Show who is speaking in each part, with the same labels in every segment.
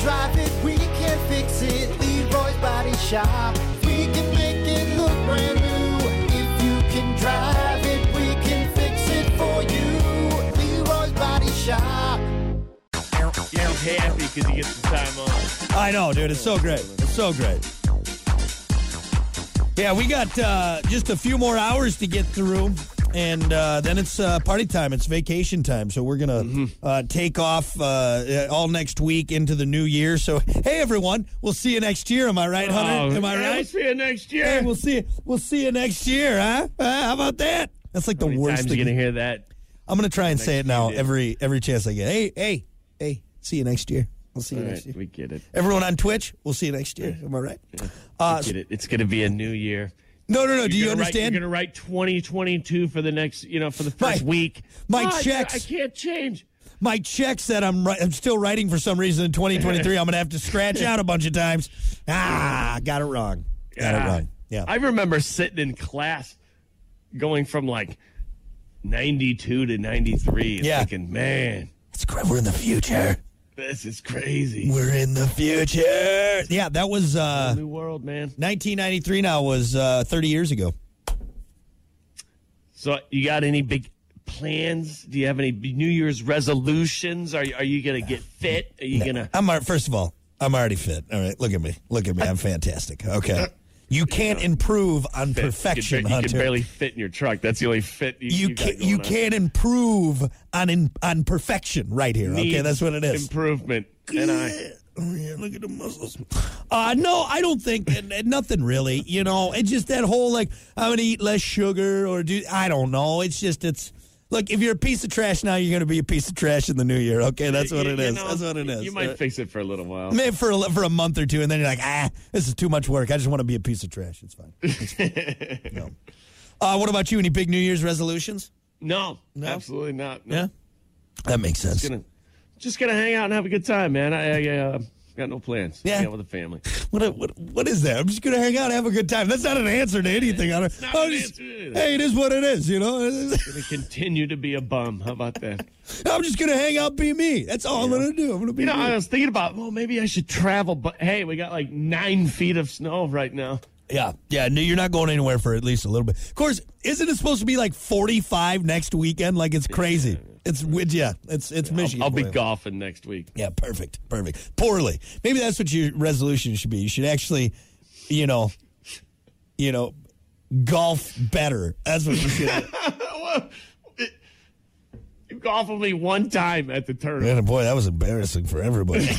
Speaker 1: drive it, we can fix it. Leroy's Body Shop. We can make it look brand new. If you can drive it, we can fix it for you. Leroy's Body Shop.
Speaker 2: Yeah, he's happy because he gets the time off.
Speaker 3: I know, dude. It's so great. It's so great. Yeah, we got uh, just a few more hours to get through, and uh, then it's uh, party time. It's vacation time, so we're gonna
Speaker 2: Mm-hmm.
Speaker 3: uh, take off uh, uh, all next week into the new year. So, hey, everyone, we'll see you next year. Am I right, Hunter? Am
Speaker 2: Hey,
Speaker 3: I
Speaker 2: Oh, We'll
Speaker 3: right?
Speaker 2: see you next year.
Speaker 3: Hey, we'll see. You, we'll see you next year, huh? Uh, how about that? That's like the
Speaker 2: How many
Speaker 3: worst
Speaker 2: times
Speaker 3: thing.
Speaker 2: you gonna hear that?
Speaker 3: I'm gonna try and say it
Speaker 2: Next
Speaker 3: now
Speaker 2: year, dude.
Speaker 3: every every chance I get. Hey, hey, hey! See you next year. We'll see you
Speaker 2: All
Speaker 3: next year.
Speaker 2: right, we get it.
Speaker 3: Everyone on Twitch, we'll see you next year. Am I right? Uh,
Speaker 2: Get it. It's gonna be a new year.
Speaker 3: no, no, no. Do
Speaker 2: You're
Speaker 3: you
Speaker 2: gonna write-
Speaker 3: understand?
Speaker 2: you're gonna write 2022 for the next, you know, for the first
Speaker 3: My-
Speaker 2: week.
Speaker 3: my
Speaker 2: Ah, I-
Speaker 3: checks.
Speaker 2: I can't change.
Speaker 3: My checks that I'm wri- I'm still writing for some reason in 2023. I'm gonna have to scratch out a bunch of times. Ah, got it wrong. Got it
Speaker 2: Ah.
Speaker 3: wrong. Yeah.
Speaker 2: I remember sitting in class going from like 92 to 93 and
Speaker 3: Yeah.
Speaker 2: thinking, man,
Speaker 3: it's great. We're in the future.
Speaker 2: this is crazy.
Speaker 3: We're in the future. Yeah, that was uh,
Speaker 2: New world, man.
Speaker 3: 1993. Now was uh, 30 years ago.
Speaker 2: So, you got any big plans? Do you have any b- New Year's resolutions? Are, you- are you going to get fit? Are you going to.
Speaker 3: I'm al- first of all, I'm already fit. All right, look at me, look at me. I'm fantastic. Okay, you can't improve on perfection,
Speaker 2: you can,
Speaker 3: Hunter.
Speaker 2: barely fit in your truck. That's the only fit you,
Speaker 3: you
Speaker 2: you got
Speaker 3: can't you
Speaker 2: going on.
Speaker 3: can't improve on in, on perfection right here. okay,
Speaker 2: Needs
Speaker 3: that's what it is.
Speaker 2: Improvement. And I.
Speaker 3: Oh, yeah, look at the muscles. Uh, no, I don't think and, and nothing really. You know, it's just that whole like I'm gonna eat less sugar or do I don't know. It's just it's look if you're a piece of trash now, you're gonna be a piece of trash in the new year. Okay, that's what
Speaker 2: you-
Speaker 3: it
Speaker 2: you
Speaker 3: is.
Speaker 2: know,
Speaker 3: that's what it is.
Speaker 2: You might
Speaker 3: Uh,
Speaker 2: fix it for a little while.
Speaker 3: Maybe for a, li- for a month or two, and then you're like, ah, this is too much work. I just want to be a piece of trash. It's fine. It's fine. No. Uh, what about you? Any big New Year's resolutions?
Speaker 2: No, absolutely not. No.
Speaker 3: that makes sense.
Speaker 2: gonna just gonna hang out and have a good time, man. I, I uh, got no plans.
Speaker 3: Yeah.
Speaker 2: hang out with the family.
Speaker 3: What, a- what what is that? I'm just gonna hang out, and have a good time. That's not an answer to anything. I don't,
Speaker 2: not
Speaker 3: I'm
Speaker 2: an
Speaker 3: just-
Speaker 2: answer to anything.
Speaker 3: hey, it is what it is. You know,
Speaker 2: Gonna continue to be a bum. How about that?
Speaker 3: I'm just gonna hang out, be me. That's all I'm gonna do. I'm gonna be
Speaker 2: You know,
Speaker 3: me.
Speaker 2: I was thinking about well, maybe I should travel, but hey, we got like nine feet of snow right now.
Speaker 3: yeah, yeah. No, you're not going anywhere for at least a little bit. Of course, isn't it supposed to be like 45 next weekend? Like it's crazy. It's yeah, it's it's Michigan.
Speaker 2: I'll be
Speaker 3: for you.
Speaker 2: golfing next week.
Speaker 3: Yeah, perfect, perfect. Poorly. Maybe that's what your resolution should be. You should actually, you know, you know, golf better. That's what you should.
Speaker 2: You golf with me one time at the tournament.
Speaker 3: Man, boy, that was embarrassing for everybody.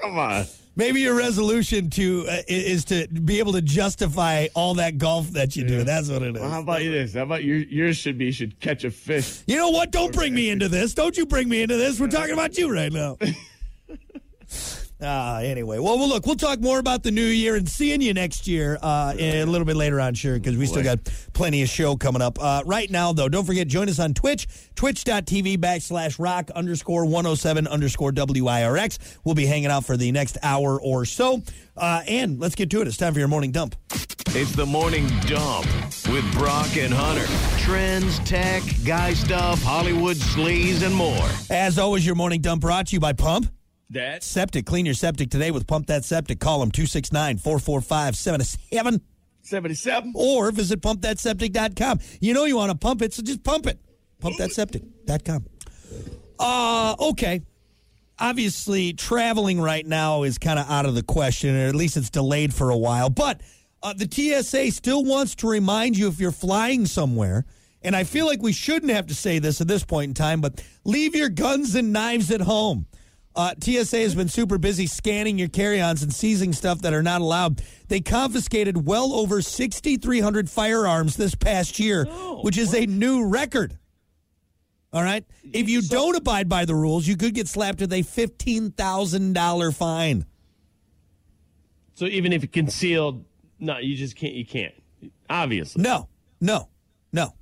Speaker 2: Come on.
Speaker 3: Maybe your resolution to uh, i- is to be able to justify all that golf that you do. That's what it is.
Speaker 2: Well, how about you this? How about your yours should be should catch a fish.
Speaker 3: You know what? Don't bring me into this. Don't you bring me into this. We're talking about you right now. Ah, anyway, well, well, look, we'll talk more about the new year and seeing you next year uh, a little bit later on, sure, because we still got plenty of show coming up. Uh, right now, though, don't forget, join us on Twitch, twitch.tv backslash rock underscore 107 underscore WIRX. We'll be hanging out for the next hour or so. Uh, and let's get to it. It's time for your morning dump.
Speaker 4: It's the morning dump with Brock and Hunter. Trends, tech, guy stuff, Hollywood sleaze, and more.
Speaker 3: As always, your morning dump brought to you by Pump.
Speaker 2: That
Speaker 3: septic. Clean your septic today with Pump That Septic. Call them 269 445 77
Speaker 2: seventy seven.
Speaker 3: or visit pumpthatseptic.com. You know you want to pump it, so just pump it. Pumpthatseptic.com. Uh, okay. Obviously, traveling right now is kind of out of the question, or at least it's delayed for a while. But uh, the TSA still wants to remind you if you're flying somewhere, and I feel like we shouldn't have to say this at this point in time, but leave your guns and knives at home. Uh, TSA has been super busy scanning your carry ons and seizing stuff that are not allowed. They confiscated well over 6,300 firearms this past year, which is a new record. All right. If you don't abide by the rules, you could get slapped with a fifteen thousand dollar fine.
Speaker 2: So even if it concealed, no, you just can't. You can't. Obviously.
Speaker 3: No, no, no.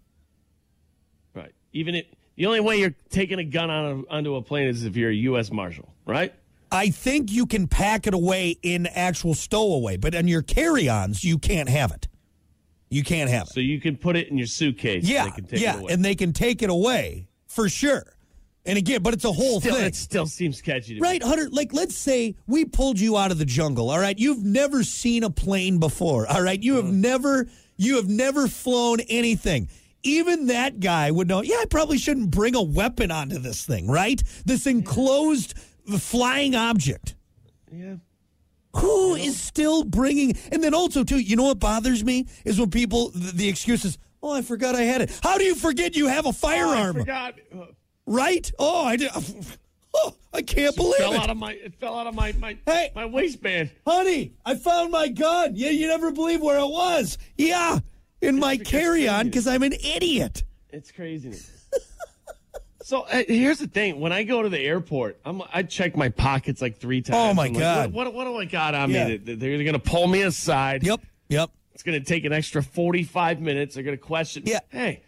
Speaker 2: Right. Even if the only way you're taking a gun on a, onto a plane is if you're a U.S. Marshal, right?
Speaker 3: I think you can pack it away in actual stowaway, but on your carry-ons, you can't have it. You can't have it.
Speaker 2: So you can put it in your suitcase.
Speaker 3: yeah,
Speaker 2: They can take
Speaker 3: yeah,
Speaker 2: it away.
Speaker 3: and they can take it away for sure. And again, but it's a whole
Speaker 2: Still,
Speaker 3: thing.
Speaker 2: it still seems sketchy to me.
Speaker 3: Right, Hunter. Like, let's say we pulled you out of the jungle. All right, you've never seen a plane before. All right, you have
Speaker 2: Mm.
Speaker 3: never, you have never flown anything. Even that guy would know. Yeah, I probably shouldn't bring a weapon onto this thing. Right, this enclosed uh, flying object.
Speaker 2: Yeah.
Speaker 3: Who is still bringing? And then also too, you know what bothers me is when people the, the excuse is, "Oh, I forgot I had it." How do you forget you have a
Speaker 2: Oh, I
Speaker 3: firearm?
Speaker 2: forgot. Uh,
Speaker 3: right? Oh, I did. Oh, I can't believe
Speaker 2: fell
Speaker 3: it.
Speaker 2: out of my. It fell out of my my
Speaker 3: Hey.
Speaker 2: my waistband.
Speaker 3: Honey, I found my gun. Yeah, you never believe where it was. Yeah, in my
Speaker 2: because you
Speaker 3: carry on
Speaker 2: did.
Speaker 3: because I'm an idiot.
Speaker 2: It's craziness. so uh, here's the thing: when I go to the airport, I'm I check my pockets like three times.
Speaker 3: Oh, my
Speaker 2: I'm like,
Speaker 3: God.
Speaker 2: what, what, what do I got on
Speaker 3: Yeah.
Speaker 2: me? That- that They're gonna pull me aside.
Speaker 3: Yep, yep.
Speaker 2: It's gonna take an extra 45 minutes. They're gonna question.
Speaker 3: Yeah.
Speaker 2: Hey,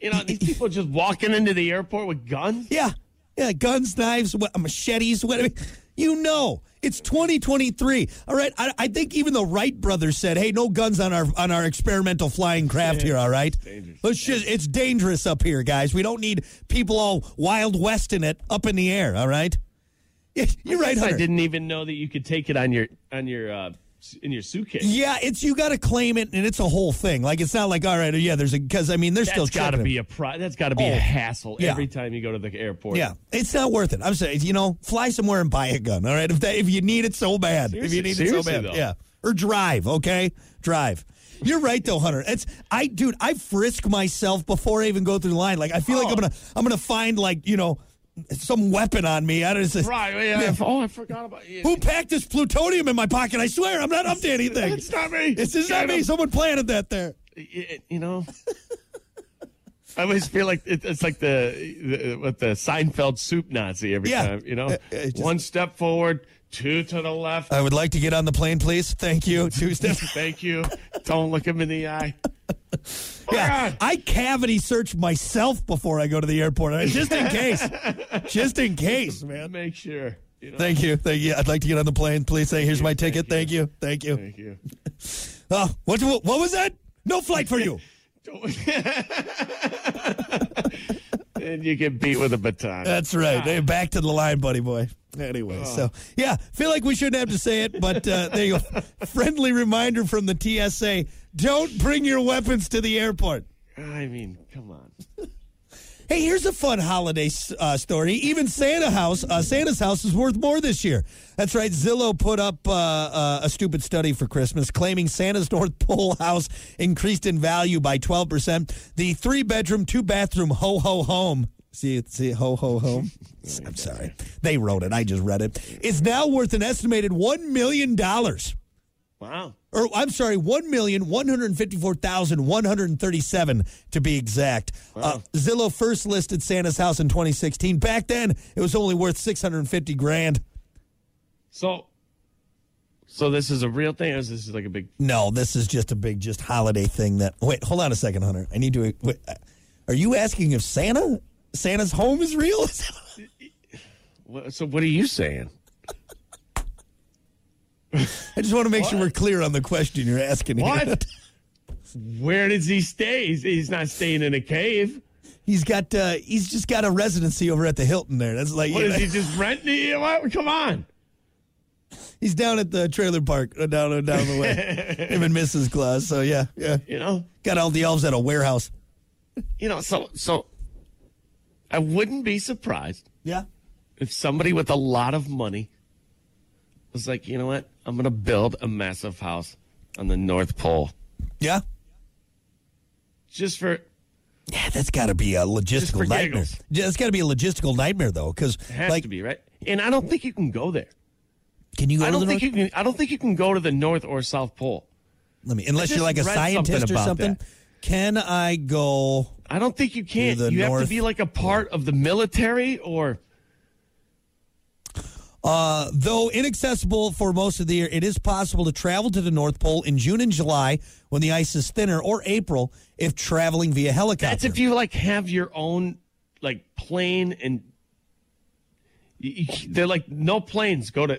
Speaker 2: you know these people just walking into the airport with guns.
Speaker 3: Yeah, yeah. Guns, knives, wha- machetes, whatever. You know, it's 2023. All right, I, I think even the Wright brothers said, "Hey, no guns on our on our experimental flying craft here." All right,
Speaker 2: dangerous.
Speaker 3: let's just it's dangerous up here, guys. We don't need people all wild westing it up in the air. All right, Yeah, you're right.
Speaker 2: I
Speaker 3: Hunter.
Speaker 2: didn't even know that you could take it on your on your uh, s- in your suitcase.
Speaker 3: Yeah, it's you got to claim it, and it's a whole thing. Like it's not like all right, yeah. There's a because I mean, there's still
Speaker 2: That's got to
Speaker 3: shipping.
Speaker 2: be a pro- that's got to be
Speaker 3: Oh,
Speaker 2: a hassle
Speaker 3: yeah.
Speaker 2: every time you go to the airport.
Speaker 3: Yeah, it's not worth it. I'm saying, you know, fly somewhere and buy a gun. All right, if that if you need it so bad, if you
Speaker 2: Seriously-
Speaker 3: need it so
Speaker 2: seriously,
Speaker 3: bad,
Speaker 2: though.
Speaker 3: yeah, or drive. Okay, drive. You're right though, Hunter. It's I, dude. I frisk myself before I even go through the line. Like I feel
Speaker 2: Oh.
Speaker 3: like I'm gonna I'm gonna find like you know some weapon on me. I don't know.
Speaker 2: Right. Yeah. Oh, I forgot about you.
Speaker 3: Who packed this plutonium in my pocket? I swear I'm not up to anything.
Speaker 2: It's not me.
Speaker 3: It's just not
Speaker 2: Get
Speaker 3: me.
Speaker 2: him.
Speaker 3: Someone planted that there.
Speaker 2: it- you know. I always feel like it, it's like the, the what the Seinfeld soup Nazi every
Speaker 3: Yeah.
Speaker 2: time, you know.
Speaker 3: Uh, uh, just-
Speaker 2: One step forward, two to the left.
Speaker 3: I would like to get on the plane, please. Thank you. Tuesday.
Speaker 2: Thank you. Don't look him in the eye. Oh,
Speaker 3: Yeah,
Speaker 2: God.
Speaker 3: I cavity search myself before I go to the airport, I- just in case. just in case, man.
Speaker 2: Make sure. You know?
Speaker 3: Thank you, thank you. I'd like to get on the plane, please. Hey, here's my ticket. Thank you, thank you.
Speaker 2: Thank you.
Speaker 3: Oh, what? What was that? No flight for you.
Speaker 2: Don't. and you get beat with a baton.
Speaker 3: That's right. Hey, back to the line, buddy boy. Anyway, so yeah, feel like we shouldn't have to say it, but uh, there you go. Friendly reminder from the TSA: Don't bring your weapons to the airport.
Speaker 2: I mean, come on.
Speaker 3: Hey, here's a fun holiday uh, story. Even Santa house, uh, Santa's house is worth more this year. That's right. Zillow put up uh, uh, a stupid study for Christmas claiming Santa's North Pole house increased in value by 12%. The three bedroom, two bathroom ho ho home. See, see, ho ho home. I'm sorry. They wrote it. I just read it. It's now worth an estimated $1 million
Speaker 2: Wow.
Speaker 3: or I'm sorry, one million one hundred fifty-four thousand one hundred thirty-seven to be exact. Uh, Zillow first listed Santa's house in 2016. Back then, it was only worth 650 grand.
Speaker 2: So, so this is a real thing. Or is this like a big?
Speaker 3: No, this is just a big, just holiday thing. That wait, hold on a second, Hunter. I need to. Wait, uh, are you asking if Santa, Santa's home is real?
Speaker 2: What, so, what are you saying?
Speaker 3: I just want to make sure we're clear on the question you're asking. here.
Speaker 2: What? Where does he stay? He's, he's not staying in a cave.
Speaker 3: He's got. Uh, he's just got a residency over at the Hilton. There. That's like.
Speaker 2: What
Speaker 3: you
Speaker 2: is
Speaker 3: know,
Speaker 2: he just renting? it? What? Come on.
Speaker 3: He's down at the trailer park uh, down uh, down the way. Him and Mrs. Claus. So yeah, yeah.
Speaker 2: You know.
Speaker 3: Got all the elves at a warehouse.
Speaker 2: You know. So, so I wouldn't be surprised
Speaker 3: Yeah.
Speaker 2: if somebody with a lot of money was like, you know what? I'm going to build a massive house on the North Pole
Speaker 3: Yeah.
Speaker 2: just for
Speaker 3: Yeah, that's got to be a
Speaker 2: Just for
Speaker 3: logistical nightmare.
Speaker 2: giggles.
Speaker 3: Yeah, That's got to be a logistical nightmare though, because
Speaker 2: it has
Speaker 3: like,
Speaker 2: to be right. And I don't think you can go there.
Speaker 3: can you go
Speaker 2: I
Speaker 3: to
Speaker 2: don't
Speaker 3: the
Speaker 2: think
Speaker 3: North?
Speaker 2: you can. I don't think you can go to the North or South Pole.
Speaker 3: Let me, unless
Speaker 2: I
Speaker 3: you're like a
Speaker 2: just read something
Speaker 3: scientist or
Speaker 2: about
Speaker 3: something.
Speaker 2: that.
Speaker 3: Can I go?
Speaker 2: I don't think you can.
Speaker 3: the
Speaker 2: You have
Speaker 3: North
Speaker 2: to be like a part of the military or
Speaker 3: Uh, though inaccessible for most of the year, it is possible to travel to the North Pole in June and July when the ice is thinner, or April if traveling via helicopter.
Speaker 2: that's if you like have your own like plane and you, you- they're like no planes go to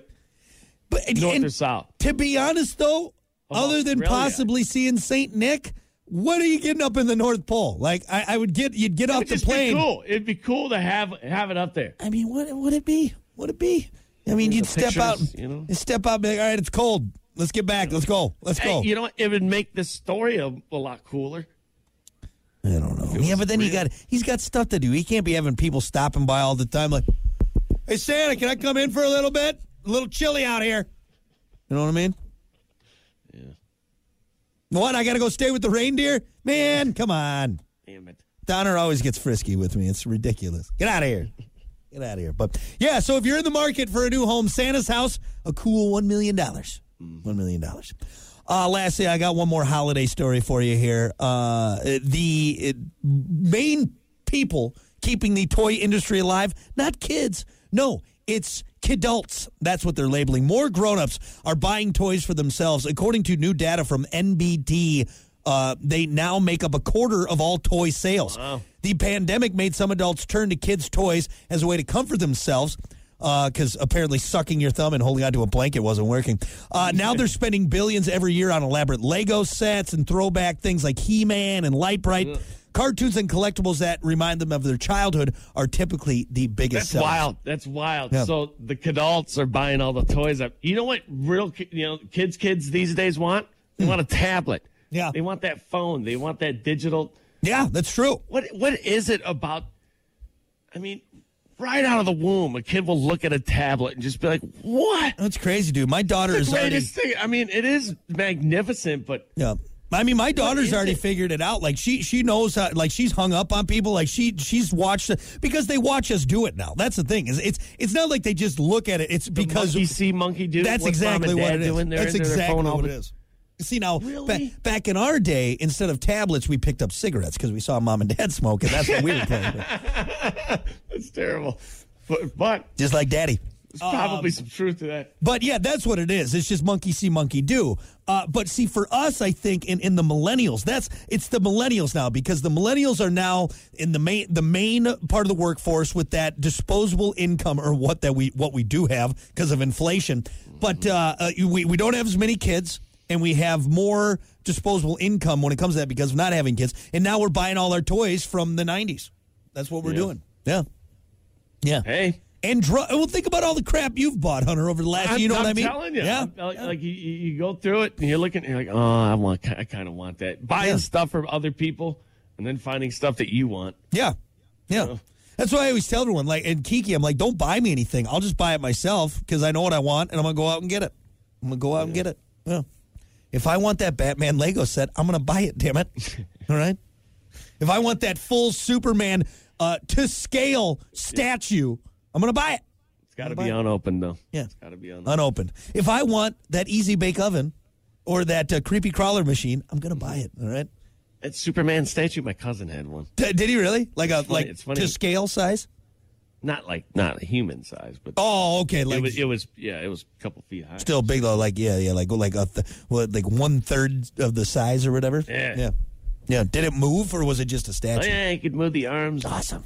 Speaker 3: But- and-
Speaker 2: north
Speaker 3: and-
Speaker 2: or south.
Speaker 3: To be honest, though,
Speaker 2: Oh,
Speaker 3: other than
Speaker 2: really?
Speaker 3: possibly seeing Saint Nick, what are you getting up in the North Pole? Like, I, I would get you'd get off the
Speaker 2: It'd just
Speaker 3: plane.
Speaker 2: be cool. It'd be cool to have have it up there.
Speaker 3: I mean, what would it be? Would it be? I mean, you'd
Speaker 2: the
Speaker 3: step out,
Speaker 2: pictures, you know?
Speaker 3: you'd step out, and be like, all right, it's cold. Let's get back. Let's go. Let's
Speaker 2: Hey,
Speaker 3: go.
Speaker 2: you know what? It would make this story a, a lot cooler.
Speaker 3: I don't know. Yeah, but then he got he's got stuff to do. He can't be having people stopping by all the time. Like, hey Santa, can I come in for a little bit? A little chilly out here. You know what I mean? Yeah. What? I got to go stay with the reindeer? Man, come on.
Speaker 2: Damn it.
Speaker 3: Donner always gets frisky with me. It's ridiculous. Get out of here. Get out of here. But yeah, so if you're in the market for a new home, Santa's house, a cool $1 million. $1 million. Uh, lastly, I got one more holiday story for you here. Uh, the uh, main people keeping the toy industry alive, not kids. No, it's kidults. That's what they're labeling. More grown-ups are buying toys for themselves, according to new data from NBD. Uh, they now make up a quarter of all toy sales. The pandemic made some adults turn to kids' toys as a way to comfort themselves. Because Uh, apparently sucking your thumb and holding onto a blanket wasn't working. Uh, now they're spending billions every year on elaborate Lego sets and throwback things like He Man and Light Bright. Cartoons and collectibles that remind them of their childhood are typically the biggest.
Speaker 2: That's
Speaker 3: sellers.
Speaker 2: wild. That's wild.
Speaker 3: Yeah.
Speaker 2: So the adults are buying all the toys up. You know what real ki- you know kids kids these days want? They want a tablet.
Speaker 3: Yeah.
Speaker 2: They want that phone. They want that digital.
Speaker 3: Yeah, that's true.
Speaker 2: What what is it about I mean, right out of the womb, a kid will look at a tablet and just be like, "What?"
Speaker 3: That's crazy, dude. My daughter
Speaker 2: The
Speaker 3: is already.
Speaker 2: greatest thing. I mean, it is magnificent, but
Speaker 3: Yeah. I mean, my daughter's
Speaker 2: is
Speaker 3: already
Speaker 2: it?
Speaker 3: figured it out. Like she, she knows how. Like she's hung up on people. Like she, she's watched it because they watch us do it now. That's the thing. Is it's it's not like they just look at it. It's because
Speaker 2: monkey see, monkey do.
Speaker 3: that's
Speaker 2: What's mom and
Speaker 3: exactly what
Speaker 2: dad
Speaker 3: it is.
Speaker 2: doing? They're
Speaker 3: That's
Speaker 2: into their
Speaker 3: exactly
Speaker 2: phone all
Speaker 3: what
Speaker 2: the-
Speaker 3: it is. See now, ba-
Speaker 2: Really?
Speaker 3: back in our day, instead of tablets, we picked up cigarettes because we saw mom and dad smoke, and that's what we were playing. with.
Speaker 2: That's terrible. But, but
Speaker 3: Just like daddy.
Speaker 2: there's probably
Speaker 3: Um,
Speaker 2: some truth to that.
Speaker 3: But yeah, that's what it is. It's just monkey see, monkey do. Uh, but see, for us, I think in, in the millennials, that's it's the millennials now because the millennials are now in the main the main part of the workforce with that disposable income or what that we what we do have because of inflation. But uh, uh, we we don't have as many kids and we have more disposable income when it comes to that because of not having kids. And now we're buying all our toys from the '90s. That's what we're
Speaker 2: Yeah.
Speaker 3: doing. Yeah. Yeah
Speaker 2: Hey,
Speaker 3: and dr- well, think about all the crap you've bought, Hunter, over the last.
Speaker 2: I'm,
Speaker 3: you know
Speaker 2: I'm
Speaker 3: what I mean?
Speaker 2: telling you.
Speaker 3: Yeah.
Speaker 2: I'm- Like, like, you, you you go through it and you're looking, you're like, oh, I want, I kind of want that. Buying
Speaker 3: Yeah.
Speaker 2: stuff from other people and then finding stuff that you want.
Speaker 3: Yeah. Yeah. That's why I always tell everyone, like, and Kiki, I'm like, don't buy me anything. I'll just buy it myself because I know what I want and I'm going to go out and get it. I'm going to go out and get it. Yeah. If I want that Batman Lego set, I'm going to buy it, damn it. All right. If I want that full Superman uh, to scale statue, I'm going to buy it.
Speaker 2: It's got to
Speaker 3: Gotta
Speaker 2: be
Speaker 3: buy it.
Speaker 2: unopened though.
Speaker 3: Yeah. Uh,
Speaker 2: it's got to be unopened.
Speaker 3: unopened. If I want that Easy Bake Oven or that uh, Creepy Crawler Machine, I'm going to buy it. All right.
Speaker 2: That Superman statue, my cousin had one.
Speaker 3: D- did he really? Like a
Speaker 2: funny,
Speaker 3: like
Speaker 2: it's funny.
Speaker 3: to scale size?
Speaker 2: Not like not a human size, but
Speaker 3: Oh, okay. Like
Speaker 2: it was, it was, yeah, it was a couple feet high.
Speaker 3: still big though. Like yeah, yeah. Like like a th- what, like one third of the size or whatever.
Speaker 2: Yeah.
Speaker 3: yeah, yeah. Did it move or was it just a
Speaker 2: Oh,
Speaker 3: statue?
Speaker 2: yeah, you could move the arms.
Speaker 3: Awesome.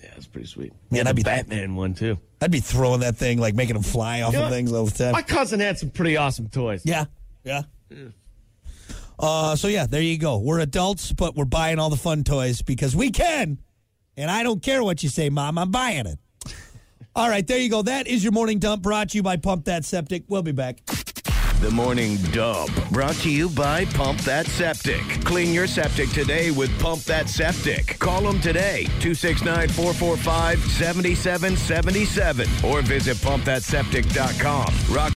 Speaker 2: Yeah, it's pretty sweet.
Speaker 3: Man,
Speaker 2: Yeah,
Speaker 3: I'd
Speaker 2: the
Speaker 3: be-
Speaker 2: Batman one too.
Speaker 3: I'd be throwing that thing like making them fly off
Speaker 2: Yeah.
Speaker 3: of things all the time.
Speaker 2: My cousin had some pretty awesome toys.
Speaker 3: Yeah, yeah. Uh, so yeah, there you go. We're adults, but we're buying all the fun toys because we can, and I don't care what you say, Mom. I'm buying it. all right, there you go. That is your morning dump brought to you by Pump That Septic. We'll be back.
Speaker 4: The Morning Dump, brought to you by Pump That Septic. Clean your septic today with Pump That Septic. Call them today, 269 445 7777, or visit pumpthatseptic.com. Rock